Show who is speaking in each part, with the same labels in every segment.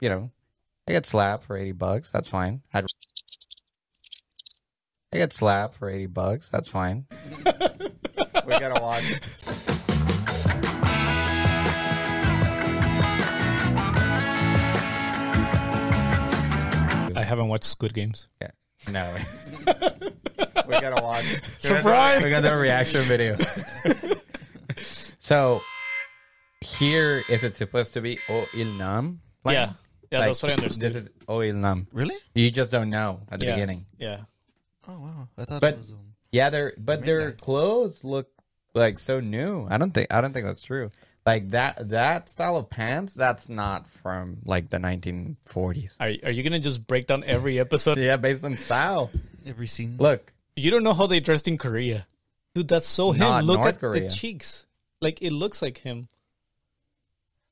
Speaker 1: you know, I got slapped for 80 bucks. That's fine. I'd. I got slapped for 80 bucks. That's fine. we gotta watch.
Speaker 2: I haven't watched Squid Games.
Speaker 1: Yeah. No. we gotta watch.
Speaker 2: Surprise!
Speaker 1: We got the reaction video. so here is it supposed to be O Il Nam? line?
Speaker 2: yeah, yeah,
Speaker 1: Like,
Speaker 2: that's what I understood.
Speaker 1: This is O Il Nam.
Speaker 3: Really?
Speaker 1: You just don't know at the
Speaker 2: yeah.
Speaker 1: beginning.
Speaker 2: Yeah,
Speaker 3: Oh wow! I thought
Speaker 1: But-
Speaker 3: it was. Um,
Speaker 1: Yeah, they're but their clothes look like so new. I don't think I don't think that's true. Like that that style of pants, that's not from like the 1940s.
Speaker 2: are are you gonna just break down every episode?
Speaker 1: Yeah, based on style.
Speaker 3: every scene.
Speaker 1: Look,
Speaker 2: You don't know how they dressed in Korea, dude. That's so him.
Speaker 1: Not
Speaker 2: Look
Speaker 1: North
Speaker 2: at
Speaker 1: Korea.
Speaker 2: the cheeks. Like it looks like him.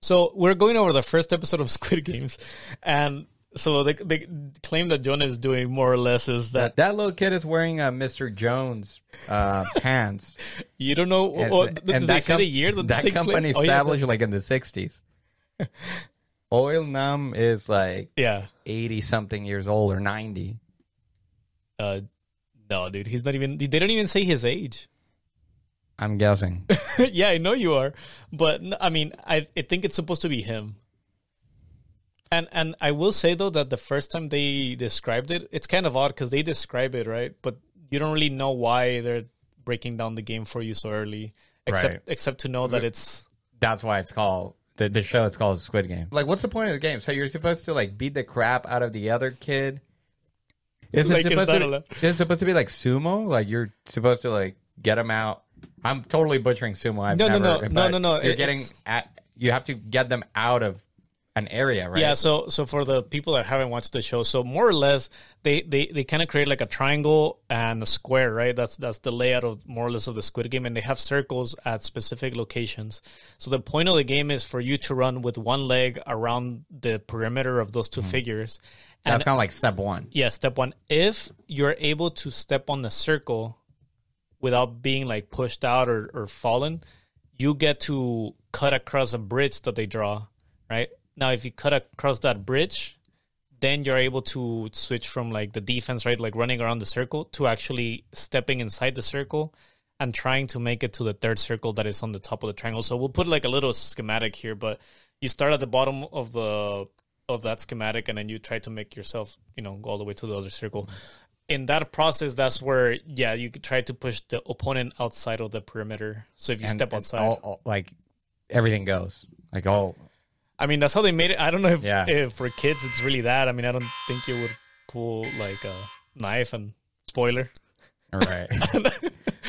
Speaker 2: So we're going over the first episode of Squid Games, and so they they claim that Jonah is doing more or less is that
Speaker 1: that, little kid is wearing a Mr. Jones uh, pants.
Speaker 2: you don't know.
Speaker 1: And,
Speaker 2: or, th- did they say
Speaker 1: com-
Speaker 2: the year that,
Speaker 1: that
Speaker 2: this takes
Speaker 1: company
Speaker 2: place? Oh, yeah,
Speaker 1: established like in the 60s. Oil Numb is like
Speaker 2: that- yeah.
Speaker 1: 80 something years old or 90.
Speaker 2: Uh, no, dude, he's not even. They don't even say his age.
Speaker 1: I'm guessing.
Speaker 2: yeah, I know you are, but n- I mean, I, I think it's supposed to be him. And and I will say though that the first time they described it, it's kind of odd because they describe it right, but you don't really know why they're breaking down the game for you so early, except
Speaker 1: Right.
Speaker 2: except to know that it's
Speaker 1: That's why it's called the, the show it's called Squid Game. Like what's the point of the game? So you're supposed to like beat the crap out of the other kid. Is it
Speaker 2: Like, is
Speaker 1: supposed
Speaker 2: that
Speaker 1: to,
Speaker 2: allowed?
Speaker 1: is it supposed to be like sumo? Like you're supposed to like get him out. I'm totally butchering sumo. I've
Speaker 2: No, no,
Speaker 1: never,
Speaker 2: no,
Speaker 1: but
Speaker 2: no, no, no.
Speaker 1: You're
Speaker 2: It-
Speaker 1: getting
Speaker 2: it's-
Speaker 1: at, you have to get them out of an area, right?
Speaker 2: Yeah, so so for the people that haven't watched the show, so more or less they they, they kind of create like a triangle and a square, right? That's that's the layout of more or less of the Squid Game, and they have circles at specific locations. So the point of the game is for you to run with one leg around the perimeter of those 2 figures.
Speaker 1: That's kind of like step one.
Speaker 2: Yeah, step one. If you're able to step on the circle without being like pushed out or, or fallen, you get to cut across a bridge that they draw, right? Now, if you cut across that bridge, then you're able to switch from like the defense, right? Like running around the circle to actually stepping inside the circle and trying to make it to the third circle that is on the top of the triangle. So we'll put like a little schematic here, but you start at the bottom of the of that schematic and then you try to make yourself, you know, go all the way to the other circle. In that process, that's where yeah, you could try to push the opponent outside of the perimeter. So if you
Speaker 1: And-
Speaker 2: step
Speaker 1: and
Speaker 2: outside,
Speaker 1: all- all- like everything goes. Like all
Speaker 2: I mean, that's how they made it. I don't know if,
Speaker 1: Yeah.
Speaker 2: if for kids it's really that. I mean, I don't think you would pull like a knife and spoiler.
Speaker 1: right.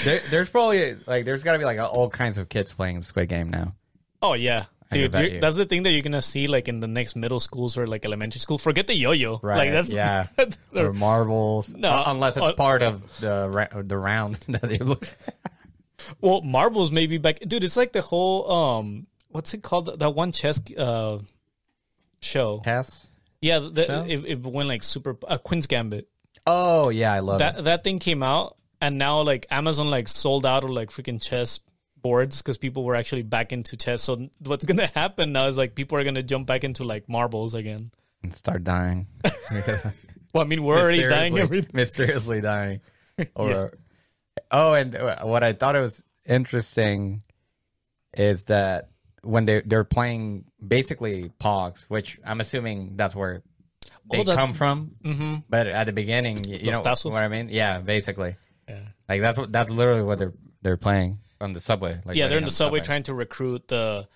Speaker 1: there, there's probably like there's got to be like all kinds of kids playing Squid Game now.
Speaker 2: Oh yeah,
Speaker 1: I
Speaker 2: dude,
Speaker 1: bet
Speaker 2: you're-
Speaker 1: you.
Speaker 2: that's the thing that you're gonna see like in the next middle schools or like elementary school. Forget the yo-yo,
Speaker 1: Right,
Speaker 2: Like that's
Speaker 1: yeah. or marbles.
Speaker 2: No,
Speaker 1: Uh, unless it's
Speaker 2: uh,
Speaker 1: part of the ra- the round that they look.
Speaker 2: well, marbles maybe back, dude. It's like the whole um, what's it called? That one chess uh show.
Speaker 1: Pass.
Speaker 2: Yeah, the,
Speaker 1: Show?
Speaker 2: it, it went like super uh, Queen's Gambit.
Speaker 1: Oh yeah, I love
Speaker 2: that that thing came out and now like amazon like sold out of like freaking chess boards because people were actually back into chess so what's gonna happen now is like people are gonna jump back into like marbles again
Speaker 1: it. And start dying.
Speaker 2: well i mean we're already dying
Speaker 1: Mysteriously-
Speaker 2: every
Speaker 1: mysteriously dying. Or oh, and uh, what I thought it was interesting is that when they they're playing basically Pogs, which I'm assuming that's where they
Speaker 2: Oh, that-
Speaker 1: come from. Mm-hmm. But at the beginning, you, you know
Speaker 2: Los Tazos?
Speaker 1: what I mean? Yeah, basically. Like that's what that's literally what they're they're playing on the subway. Like
Speaker 2: yeah
Speaker 1: riding
Speaker 2: they're in
Speaker 1: on
Speaker 2: the subway trying to recruit the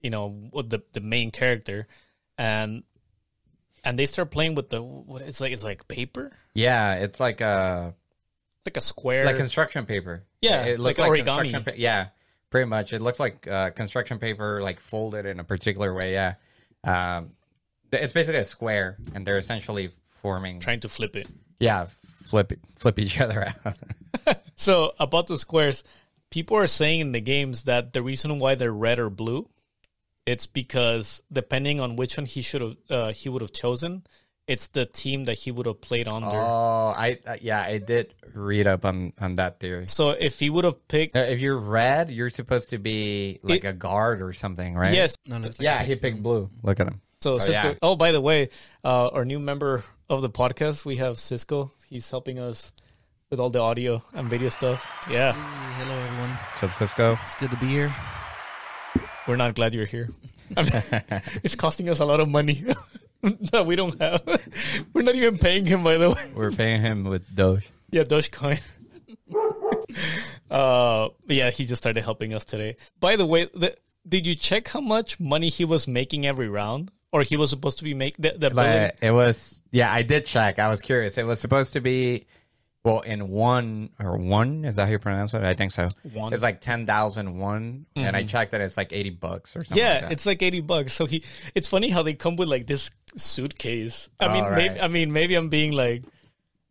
Speaker 2: you know what the the main character and and they start playing with the what it's like it's like paper
Speaker 1: Yeah, it's like a
Speaker 2: it's like a square
Speaker 1: like construction paper.
Speaker 2: Yeah,
Speaker 1: it looks like,
Speaker 2: like origami.
Speaker 1: construction. Pa- yeah, pretty much. It looks like uh, construction paper, like folded in a particular way. Yeah, um, th- it's basically a square, and they're essentially forming.
Speaker 2: trying to flip it
Speaker 1: yeah, flip flip each other out.
Speaker 2: So about the squares, people are saying in the games that the reason why they're red or blue, it's because depending on which one he should have uh, he would have chosen, it's the team that he would have played under.
Speaker 1: oh, I uh, yeah, I did read up on on that theory.
Speaker 2: So if he would have picked
Speaker 1: Uh, If you're red, you're supposed to be like
Speaker 2: It-
Speaker 1: a guard or something, right?
Speaker 2: yes,
Speaker 3: No, no, it's like
Speaker 1: Yeah, he picked blue. Look at him.
Speaker 2: So Cisco.
Speaker 1: yeah.
Speaker 2: Oh, by the way, uh, our new member of the podcast, we have Cisco. He's helping us with all the audio and video stuff. Yeah,
Speaker 3: Hey, hello, everyone.
Speaker 1: So Cisco,
Speaker 3: It's good to be here.
Speaker 2: we're not glad you're here. I mean, it's costing us a lot of money that we don't have. we're not even paying him, by the way.
Speaker 1: we're paying him with Doge.
Speaker 2: Yeah, Dogecoin. uh, but yeah, he just started helping us today. By the way, the, did you check how much money he was making every round, or he was supposed to be make the, the billing?
Speaker 1: But it was yeah, I did check. I was curious. It was supposed to be well in one or one is that how you pronounce it? I think so.
Speaker 2: One. Mm-hmm.
Speaker 1: It's like ten thousand one, and I checked that it's like eighty bucks or something.
Speaker 2: Yeah,
Speaker 1: like that.
Speaker 2: it's like eighty bucks. So he, it's funny how they come with like this suitcase. I mean,
Speaker 1: All
Speaker 2: maybe,
Speaker 1: right.
Speaker 2: I mean, maybe I'm being like,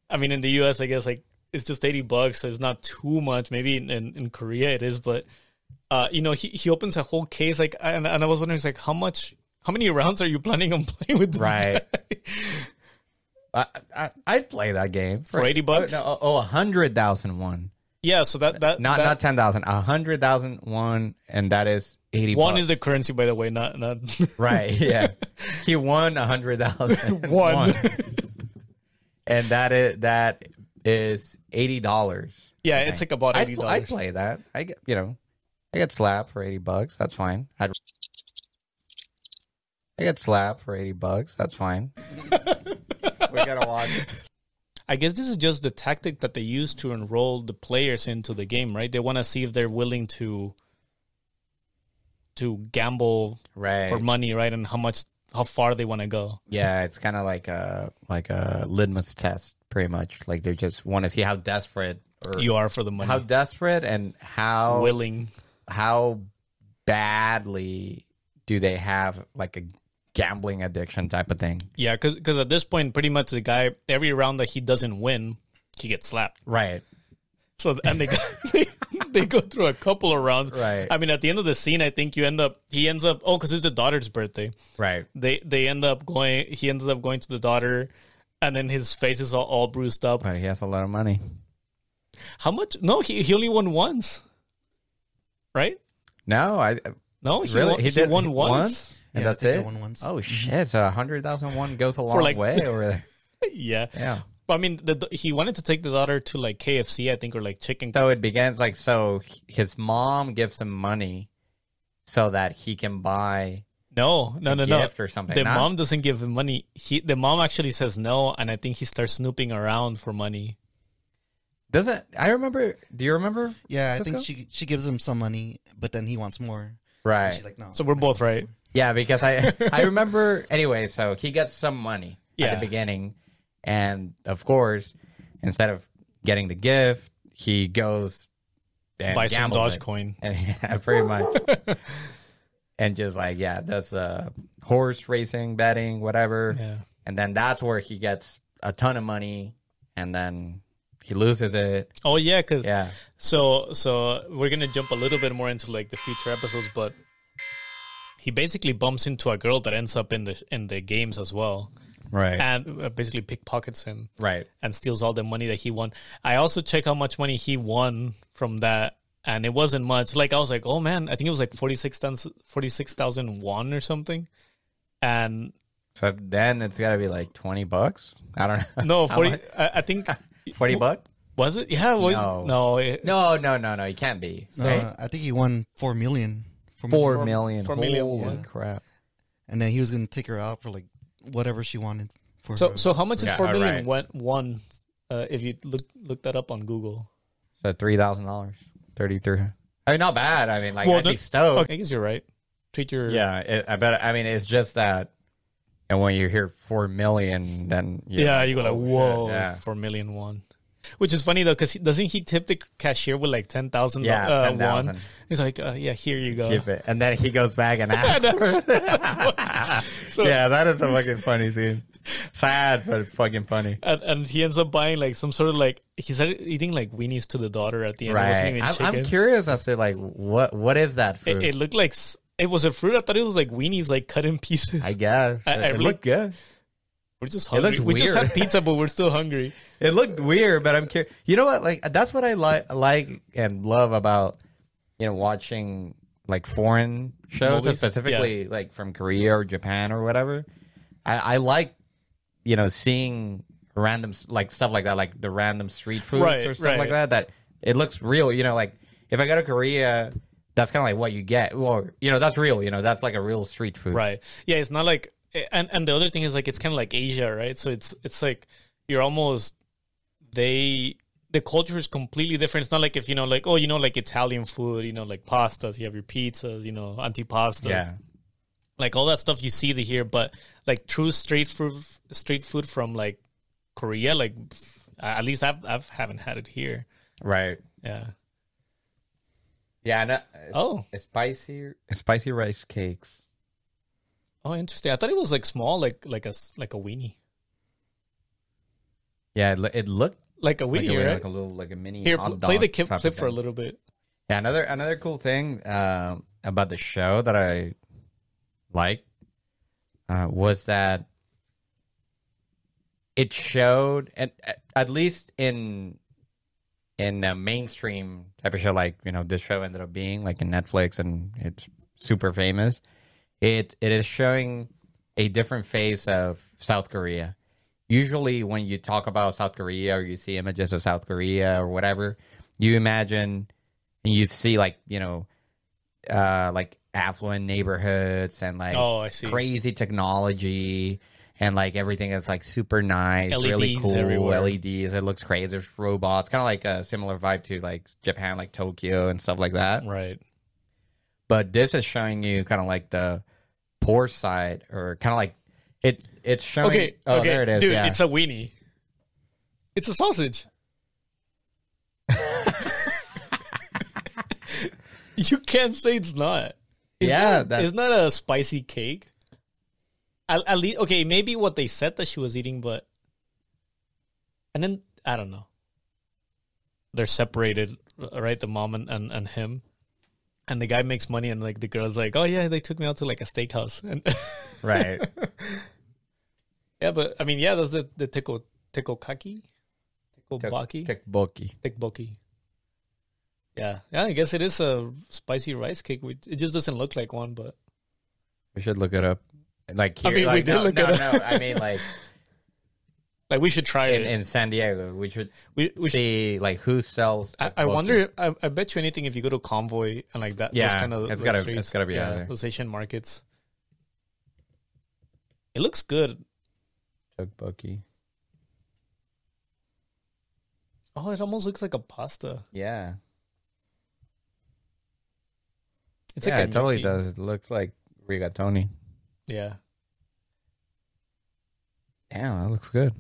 Speaker 2: I mean, in the U.S., I guess like it's just eighty bucks, so it's not too much. Maybe in, in, in Korea it is, but uh, you know, he, he opens a whole case like, and, and I was wondering, it's like, how much, how many rounds are you planning on playing with this
Speaker 1: Right.
Speaker 2: guy?
Speaker 1: I, I I'd play that game
Speaker 2: For 80 bucks?
Speaker 1: No, oh, a hundred thousand one.
Speaker 2: yeah, so that that
Speaker 1: Not
Speaker 2: that,
Speaker 1: not ten thousand. A hundred thousand one, and that is eighty.
Speaker 2: one
Speaker 1: bucks.
Speaker 2: is the currency, by the way, not not
Speaker 1: right. Yeah, he won a hundred thousand
Speaker 2: One.
Speaker 1: and that is that is eighty dollars.
Speaker 2: yeah, it's like about eighty
Speaker 1: I'd, I'd
Speaker 2: dollars.
Speaker 1: play that. I get you know, I get slapped for eighty bucks. That's fine. I'd, I get slapped for eighty bucks. That's fine. we gotta watch.
Speaker 2: I guess this is just the tactic that they use to enroll the players into the game, right? They want to see if they're willing to to gamble
Speaker 1: Right.
Speaker 2: for money, right? And how much how far they want to go.
Speaker 1: yeah, it's kind of like a like a litmus test, pretty much. Like they just want to see how desperate or
Speaker 2: You are for the money.
Speaker 1: how desperate and how
Speaker 2: willing.
Speaker 1: how badly do they have like a gambling addiction type of thing.
Speaker 2: Yeah, cuz at this point pretty much the guy every round that he doesn't win, he gets slapped.
Speaker 1: Right.
Speaker 2: So and they go, they, they go through a couple of rounds.
Speaker 1: Right.
Speaker 2: I mean at the end of the scene, I think you end up he ends up oh cuz it's the daughter's birthday.
Speaker 1: Right.
Speaker 2: They they end up going he ends up going to the daughter and then his face is all, all bruised up.
Speaker 1: But he has a lot of money.
Speaker 2: How much? No, he, he only won once, right?
Speaker 1: No, I
Speaker 2: No, he
Speaker 1: really
Speaker 2: won, he won
Speaker 1: he-
Speaker 2: once.
Speaker 1: and
Speaker 3: Yeah, I
Speaker 1: that's
Speaker 3: think I
Speaker 1: it.
Speaker 3: won once. Mm-hmm.
Speaker 1: Oh shit! So a hundred thousand one goes a long
Speaker 2: like-
Speaker 1: way over there.
Speaker 2: Yeah,
Speaker 1: Yeah.
Speaker 2: But I mean, the, he wanted to take the daughter to like KFC, I think, or like chicken.
Speaker 1: So it begins like so. His mom gives him money so that he can buy
Speaker 2: No, no,
Speaker 1: a
Speaker 2: no, no.
Speaker 1: gift or something.
Speaker 2: The
Speaker 1: not-
Speaker 2: mom doesn't give him money. He the mom actually says no, and I think he starts snooping around for money.
Speaker 1: doesn't. I remember. Do you remember?
Speaker 3: Yeah, I think
Speaker 1: Cisco?
Speaker 3: she she gives him some money, but then he wants more.
Speaker 1: Right.
Speaker 3: She's like, no.
Speaker 2: So we're both right.
Speaker 1: Yeah, because I I remember anyway. So he gets some money at
Speaker 2: Yeah.
Speaker 1: the beginning, and of course, instead of getting the gift, he goes and
Speaker 2: Buy some
Speaker 1: gambles it.
Speaker 2: Dogecoin.
Speaker 1: and yeah, pretty much. and just like yeah, that's uh, horse racing, betting, whatever.
Speaker 2: Yeah.
Speaker 1: And then that's where he gets a ton of money, and then he loses it.
Speaker 2: Oh yeah, because
Speaker 1: Yeah,
Speaker 2: So so we're gonna jump a little bit more into like the future episodes, but he basically bumps into a girl that ends up in the in the games as well,
Speaker 1: right,
Speaker 2: and uh, basically pickpockets him
Speaker 1: right.
Speaker 2: and steals all the money that he won. I also check how much money he won from that, and it wasn't much. Like I was like, oh man, I think it was like forty six thousand forty six thousand one or something, and
Speaker 1: So then it's got to be like twenty bucks. I don't know.
Speaker 2: no forty. I, I think
Speaker 1: Twenty bucks.
Speaker 2: was it? Yeah, well,
Speaker 1: No.
Speaker 2: no, it-
Speaker 1: No, no, no, no. You can't be.
Speaker 3: No,
Speaker 1: Say
Speaker 3: I think he won four million. Four million.
Speaker 1: four million.
Speaker 2: four million
Speaker 1: Holy
Speaker 2: one.
Speaker 1: crap!
Speaker 3: And then he was gonna take her out for like whatever she wanted. For
Speaker 2: So
Speaker 3: her.
Speaker 2: so how much is
Speaker 1: Yeah,
Speaker 2: four million
Speaker 1: alright.
Speaker 2: one? one uh, if you look look that up on Google.
Speaker 1: So three thousand dollars, thirty-three. I mean, not bad. I mean, like
Speaker 2: Well,
Speaker 1: I'd be
Speaker 2: no-
Speaker 1: stoked.
Speaker 2: I guess you're right. Treat your
Speaker 1: Yeah, it, I bet. I mean, it's just that. And when you hear four million, then
Speaker 2: yeah.
Speaker 1: you're
Speaker 2: you go like
Speaker 1: oh, shit,
Speaker 2: whoa
Speaker 1: yeah.
Speaker 2: for million one, which is funny though because doesn't he tip the cashier with like ten thousand?
Speaker 1: Yeah,
Speaker 2: uh,
Speaker 1: 10,000.
Speaker 2: won? He's like, uh, yeah, here you go.
Speaker 1: Keep it. And then he goes back and asks.
Speaker 2: So-
Speaker 1: yeah, that is a fucking funny scene. Sad, but fucking funny.
Speaker 2: And, and he ends up buying like some sort of like he started eating like weenies to the daughter at the end. It wasn't
Speaker 1: Right.
Speaker 2: even
Speaker 1: I'm, I'm
Speaker 2: chicken.
Speaker 1: curious as to like what what is that
Speaker 2: It,
Speaker 1: fruit?
Speaker 2: it looked like s- it was a fruit. I thought it was like weenies, like cut in pieces.
Speaker 1: I guess
Speaker 2: I- I
Speaker 1: it
Speaker 2: really-
Speaker 1: looked good.
Speaker 2: we're just
Speaker 1: looks
Speaker 2: hungry. we just
Speaker 1: weird.
Speaker 2: had pizza, but we're still hungry.
Speaker 1: It looked weird, but I'm curious. You know what? Like that's what I like, like and love about you know watching like foreign shows,
Speaker 2: Movies?
Speaker 1: specifically like from Korea or Japan or whatever, I, I like you know seeing random s- like stuff like that, like the random street foods
Speaker 2: Right,
Speaker 1: or stuff like that.
Speaker 2: right.
Speaker 1: That it looks real, you know. Like if I go to Korea, that's kind of like what you get, or you know, that's real. You know, that's like a real street food.
Speaker 2: Right. Yeah, it's not like and and the other thing is like it's kind of like Asia, right? So it's it's like you're almost they the culture is completely different. It's not like if you know like oh, you know like Italian food, you know like pastas, you have your pizzas, you know, antipasta.
Speaker 1: Yeah.
Speaker 2: Like all that stuff you see the here, but like true street food street food from like Korea, like at least I've I've haven't had it here.
Speaker 1: Right.
Speaker 2: Yeah.
Speaker 1: Yeah. And, uh,
Speaker 2: Oh.
Speaker 1: spicy spicy rice cakes.
Speaker 2: Oh, interesting. I thought it was like small, like like a s- like a weenie.
Speaker 1: Yeah, it, loo- it looked
Speaker 2: Like a
Speaker 1: like
Speaker 2: weenie,
Speaker 1: a,
Speaker 2: right?
Speaker 1: like a little like a mini.
Speaker 2: here, pl-
Speaker 1: hot
Speaker 2: play
Speaker 1: dog
Speaker 2: the clip,
Speaker 1: type of
Speaker 2: clip for a
Speaker 1: thing.
Speaker 2: little bit.
Speaker 1: Yeah, another another cool thing um, about the show that I liked uh, was that it showed, and at- at least in in a mainstream type of show, like you know, this show ended up being like in Netflix, and it's super famous. It it is showing a different face of South Korea. Usually, when you talk about South Korea or you see images of South Korea or whatever, you imagine and you see like you know uh like affluent neighborhoods and like
Speaker 2: Oh, I see.
Speaker 1: crazy technology and like everything is like super nice really
Speaker 2: LEDs
Speaker 1: cool
Speaker 2: E everywhere.
Speaker 1: leds it looks crazy there's robots kind of like a similar vibe to like japan like tokyo and stuff like that
Speaker 2: Right.
Speaker 1: but this is showing you kind of like the poor side or kind of like it it's showing
Speaker 2: Okay.
Speaker 1: oh
Speaker 2: okay.
Speaker 1: there it is
Speaker 2: Dude,
Speaker 1: yeah
Speaker 2: it's a weenie. It's a sausage. you can't say it's not. It's
Speaker 1: Yeah,
Speaker 2: Not,
Speaker 1: that-
Speaker 2: it's not a spicy cake. At, at least, okay, maybe what they said that she was eating, but. And then, I don't know. They're separated, right? The mom and, and, and him. And the guy makes money, and like the girl's like, oh, yeah, they took me out to like a steakhouse. And.
Speaker 1: right
Speaker 2: Yeah, but I mean, yeah, that's the the tickle tickle kaki, tickle baki,
Speaker 1: Tick Boki.
Speaker 2: tick boki. Yeah, yeah, I guess it is a spicy rice cake. Which it just doesn't look like one, but
Speaker 1: we should look it up like
Speaker 2: I
Speaker 1: here,
Speaker 2: mean, we
Speaker 1: like,
Speaker 2: did
Speaker 1: no,
Speaker 2: look
Speaker 1: no,
Speaker 2: it
Speaker 1: no,
Speaker 2: up.
Speaker 1: i mean like
Speaker 2: like we should try
Speaker 1: in,
Speaker 2: it.
Speaker 1: in San Diego. We should
Speaker 2: we, we should,
Speaker 1: see like who sells.
Speaker 2: I, I wonder. I, I bet you anything if you go to convoy and like that. those
Speaker 1: Yeah,
Speaker 2: kind of
Speaker 1: it's
Speaker 2: like,
Speaker 1: gotta-
Speaker 2: streets,
Speaker 1: it's gotta be out
Speaker 2: yeah,
Speaker 1: there.
Speaker 2: those Asian markets. It looks good.
Speaker 1: Bucky.
Speaker 2: Oh, it almost looks like a pasta.
Speaker 1: Yeah,
Speaker 2: It's
Speaker 1: yeah,
Speaker 2: like
Speaker 1: it
Speaker 2: a
Speaker 1: totally
Speaker 2: gnocchi.
Speaker 1: does. It looks like rigatoni.
Speaker 2: Yeah,
Speaker 1: Damn, that looks good.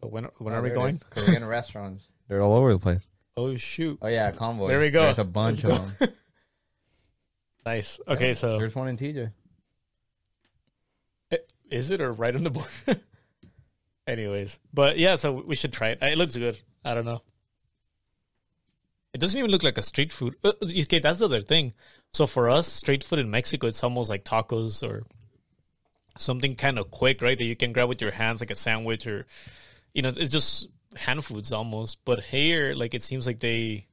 Speaker 2: so when when
Speaker 1: Oh,
Speaker 2: are we going?
Speaker 1: Korean restaurants. They're all over the place.
Speaker 2: Oh shoot!
Speaker 1: Oh yeah, convoy.
Speaker 2: There we go.
Speaker 1: There's a bunch
Speaker 2: Let's
Speaker 1: of them.
Speaker 2: Nice. Okay, so
Speaker 1: There's one in
Speaker 2: Uh,
Speaker 1: TJ.
Speaker 2: I- Eh, Is it or right on the border? Anyways, but yeah, so we should try it. Uh, It looks good. I don't know. It doesn't even look like a street food. Uh, Okay, that's the other thing. So for us, street food in Mexico, it's almost like tacos or something kind of quick, right? That you can grab with your hands, like a sandwich or, you know, it's just hand foods almost. But here, like it seems like they,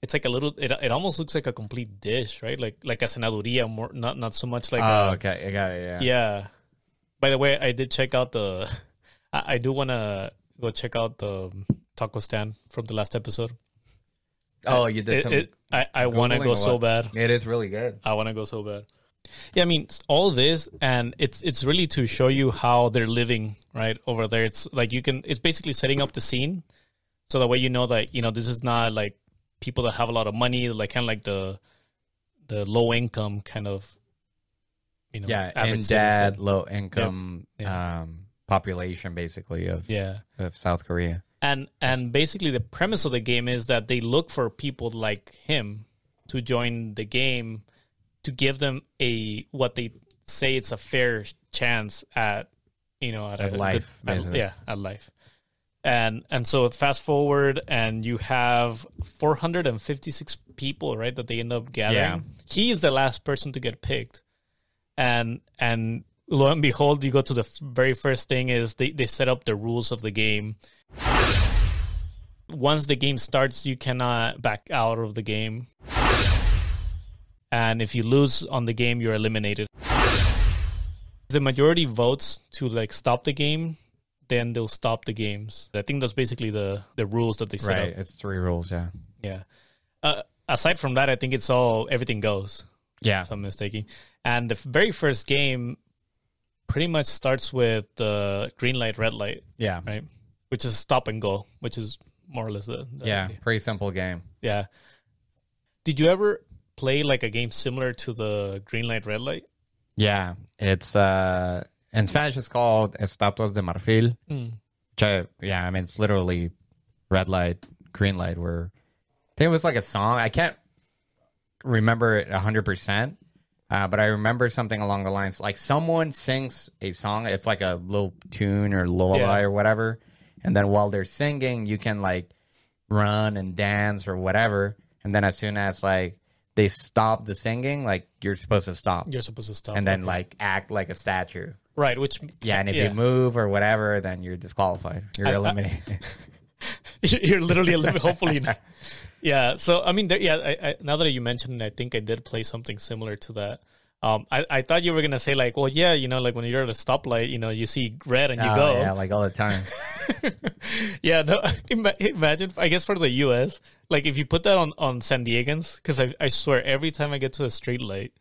Speaker 2: it's like a little. It, it almost looks like a complete dish, right? Like like a senaduría, more not not so much like a,
Speaker 1: Oh, okay, I got it. Yeah.
Speaker 2: yeah. By the way, I did check out the. I, I do want to go check out the um, taco stand from the last episode.
Speaker 1: Oh, you did
Speaker 2: It,
Speaker 1: some.
Speaker 2: it- I, I want to
Speaker 1: Googling
Speaker 2: go
Speaker 1: or
Speaker 2: so
Speaker 1: what?
Speaker 2: bad.
Speaker 1: it is really good.
Speaker 2: I want to go so bad. Yeah, I mean s- all this, and it's it's really to show you how they're living right over there. It's like you can. It's basically setting up the scene, so that way you know that you know this is not like people that have a lot of money, like kind of like the the low income kind of. You know,
Speaker 1: Yeah, and
Speaker 2: average citizen.
Speaker 1: dad, low income um, population basically of
Speaker 2: Yeah.
Speaker 1: of South Korea.
Speaker 2: and and basically the premise of the game is that they look for people like him to join the game to give them a what they say it's a fair chance at you know at,
Speaker 1: At
Speaker 2: a-
Speaker 1: life,
Speaker 2: at-
Speaker 1: basically.
Speaker 2: yeah at life and and so fast forward and you have 456 people right that they end up gathering he is the last person to get picked and and lo and behold you go to the f- very first thing is they, they set up the rules of the game once the game starts you cannot back out of the game and if you lose on the game, you're eliminated. If the majority votes to like stop the game, then they'll stop the games. I think that's basically the the rules that they set
Speaker 1: right.
Speaker 2: up.
Speaker 1: It's three rules. Yeah.
Speaker 2: Yeah. Uh, aside from that, I think it's all everything goes.
Speaker 1: Yeah.
Speaker 2: If I'm mistaken, and the f- very first game pretty much starts with the green light, red light,
Speaker 1: Yeah.
Speaker 2: right? Which is stop and go, which is more or less the, the
Speaker 1: Yeah.
Speaker 2: idea.
Speaker 1: Pretty simple game.
Speaker 2: yeah. Did you ever play like a game similar to the green light, red light?
Speaker 1: Yeah. It's uh in Spanish it's called Estatuas de Marfil. Which I, yeah, I mean it's literally red light, green light where I think it was like a song. I can't remember it hundred percent. Uh, but I remember something along the lines like someone sings a song, it's like a little tune or lullaby
Speaker 2: Yeah.
Speaker 1: or whatever. And then while they're singing, you can like run and dance or whatever. And then as soon as like they stop the singing, like you're supposed to stop
Speaker 2: You're supposed to stop,
Speaker 1: and then
Speaker 2: okay.
Speaker 1: like act like a statue.
Speaker 2: right, which
Speaker 1: Yeah, and if
Speaker 2: Yeah.
Speaker 1: you move or whatever, then you're disqualified. You're
Speaker 2: I- I-
Speaker 1: eliminated.
Speaker 2: You're literally a little hopefully not. Yeah. So I mean, there, yeah. I, I, now that you mentioned, it, I think I did play something similar to that. Um, I, I thought you were gonna say like, well, yeah, you know, like when you're at a stoplight, you know, you see red and you
Speaker 1: Oh,
Speaker 2: go.
Speaker 1: Yeah,
Speaker 2: Yeah,
Speaker 1: like all the time.
Speaker 2: no. Ima- imagine, I guess for the U.S., like if you put that on on San Diegans, because I I swear every time I get to a street light.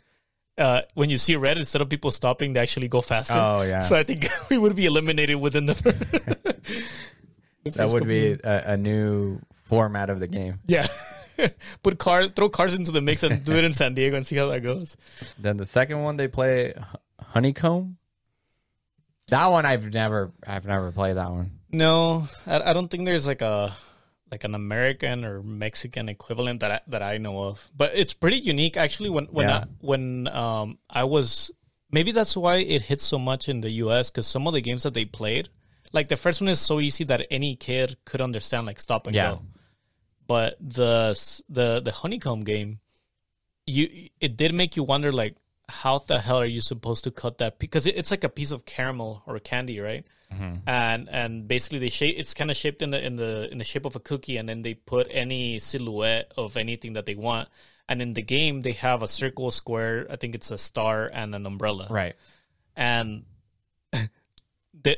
Speaker 2: Uh, when you see red, instead of people stopping, they actually go faster.
Speaker 1: Oh, yeah.
Speaker 2: So I think we would be eliminated within the. the
Speaker 1: that
Speaker 2: first
Speaker 1: would
Speaker 2: couple
Speaker 1: be a, a new format of the game.
Speaker 2: Yeah. Put cars, throw cars into the mix and do it in San Diego and see how that goes.
Speaker 1: Then the second one they play H- Honeycomb. That one I've never, I've never played that one.
Speaker 2: No, I, I don't think there's like a like an American or Mexican equivalent that I, that I know of. But it's pretty unique actually. When when
Speaker 1: Yeah.
Speaker 2: I, when um I was maybe that's why it hits so much in the U.S. because some of the games that they played, like the first one is so easy that any kid could understand, like stop and
Speaker 1: Yeah.
Speaker 2: go. But the s- the the honeycomb game, you it did make you wonder like how the hell are you supposed to cut that because it, it's like a piece of caramel or candy right
Speaker 1: Mm-hmm.
Speaker 2: and and basically they shape it's kind of shaped in the in the in the shape of a cookie and then they put any silhouette of anything that they want and in the game they have a circle square i think it's a star and an umbrella
Speaker 1: Right.
Speaker 2: and the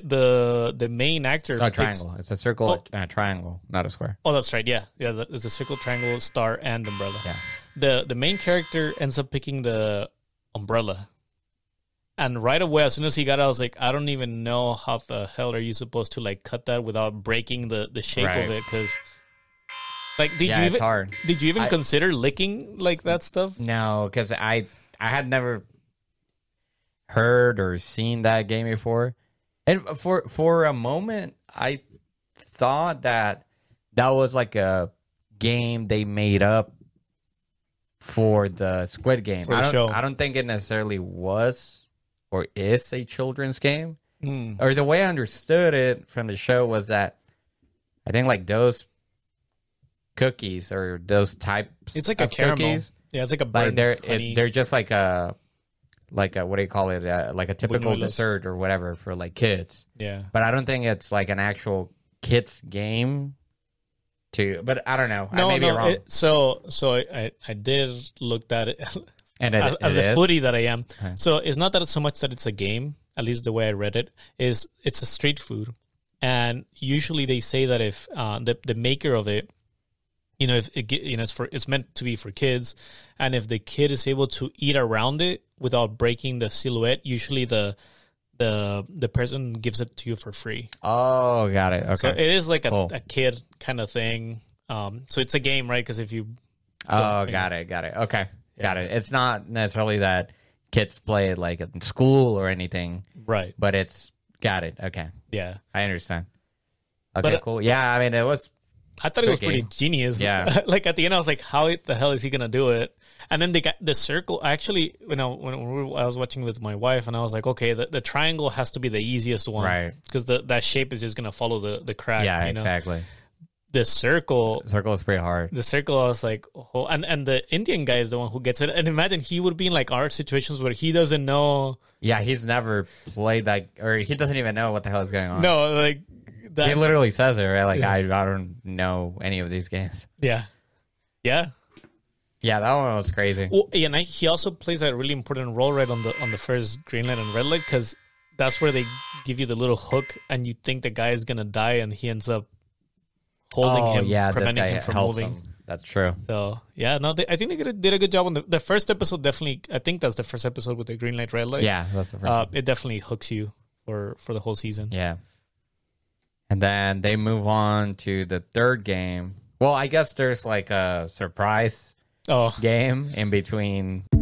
Speaker 2: the the main actor
Speaker 1: Oh,
Speaker 2: picks-
Speaker 1: triangle. It's a circle and a triangle, not a square.
Speaker 2: Oh, that's right. Yeah, yeah. that- It's a circle, triangle, star, and umbrella.
Speaker 1: Yeah.
Speaker 2: The the main character ends up picking the umbrella, and right away, as soon as he got it, I was like, I don't even know how the hell are you supposed to like cut that without breaking the the shape
Speaker 1: Right.
Speaker 2: of it? Because like, did
Speaker 1: Yeah,
Speaker 2: you
Speaker 1: it's
Speaker 2: even
Speaker 1: hard.
Speaker 2: did you even
Speaker 1: I-
Speaker 2: consider licking like that stuff?
Speaker 1: No, because I I had never heard or seen that game before, and for for a moment I thought that that was like a game they made up for the Squid Game.
Speaker 2: For the
Speaker 1: I don't
Speaker 2: show.
Speaker 1: I don't think it necessarily was or is a children's game
Speaker 2: Hmm.
Speaker 1: or the way I understood it from the show was that I think like those cookies or those types
Speaker 2: It's like a
Speaker 1: of
Speaker 2: caramel.
Speaker 1: cookies
Speaker 2: Yeah, it's like a
Speaker 1: like
Speaker 2: burnt
Speaker 1: they're
Speaker 2: honey.
Speaker 1: it, they're just like a like a what do you call it uh, like a typical
Speaker 2: Buñuelos.
Speaker 1: dessert or whatever for like kids
Speaker 2: yeah.
Speaker 1: but i don't think it's like an actual kids game to but i don't know
Speaker 2: No,
Speaker 1: i may
Speaker 2: no.
Speaker 1: be wrong
Speaker 2: it- so so I, I I did look that
Speaker 1: and it,
Speaker 2: as,
Speaker 1: it
Speaker 2: as a
Speaker 1: is.
Speaker 2: foodie that I am.
Speaker 1: Okay.
Speaker 2: So it's not that it's so much that it's a game, at least the way I read it, is it's a street food. And usually they say that if uh, the the maker of it, you know, if it ge- you know it's for it's meant to be for kids, and if the kid is able to eat around it without breaking the silhouette, usually the the the person gives it to you for free.
Speaker 1: oh got it okay
Speaker 2: So it is like a,
Speaker 1: Cool.
Speaker 2: a kid kind of thing. Um, so it's a game, right? Because if you
Speaker 1: oh got it got it okay got it it's not necessarily that kids play it like in school or anything
Speaker 2: right,
Speaker 1: but it's got it okay
Speaker 2: yeah.
Speaker 1: i understand okay
Speaker 2: But, uh,
Speaker 1: cool yeah i mean it was
Speaker 2: I thought it was
Speaker 1: Tricky.
Speaker 2: pretty genius.
Speaker 1: Yeah.
Speaker 2: like at the end, I was like, "How the hell is he gonna do it?" And then they got the circle. Actually, you know, when we were, I was watching with my wife, and I was like, "Okay, the, the triangle has to be the easiest one,
Speaker 1: Right.
Speaker 2: Because the that shape is just gonna follow the the crack.
Speaker 1: yeah
Speaker 2: you know?
Speaker 1: exactly
Speaker 2: The circle,
Speaker 1: circle is pretty hard
Speaker 2: the circle. I was like, "Oh," and and the Indian guy is the one who gets it. And imagine he would be in like our situations where he doesn't know.
Speaker 1: Yeah, he's never played that, or he doesn't even know what the hell is going on.
Speaker 2: No, like
Speaker 1: he
Speaker 2: that.
Speaker 1: literally says it, right? Like, I, I don't know any of these games.
Speaker 2: yeah, yeah.
Speaker 1: Yeah, that one was crazy.
Speaker 2: Well, and I, he also plays a really important role right on the on the first green light and red light because that's where they give you the little hook and you think the guy is gonna die and he ends up holding
Speaker 1: oh
Speaker 2: him,
Speaker 1: yeah, this
Speaker 2: preventing
Speaker 1: guy
Speaker 2: him from
Speaker 1: helps
Speaker 2: moving.
Speaker 1: him. That's true.
Speaker 2: So yeah, no, they, I think they did a, did a good job on the the first episode. Definitely, I think that's the first episode with the green light, red light.
Speaker 1: Yeah, that's the first.
Speaker 2: uh, it definitely hooks you for for the whole season.
Speaker 1: Yeah. And then they move on to the third game. Well, I guess there's like a surprise
Speaker 2: Oh,
Speaker 1: game in between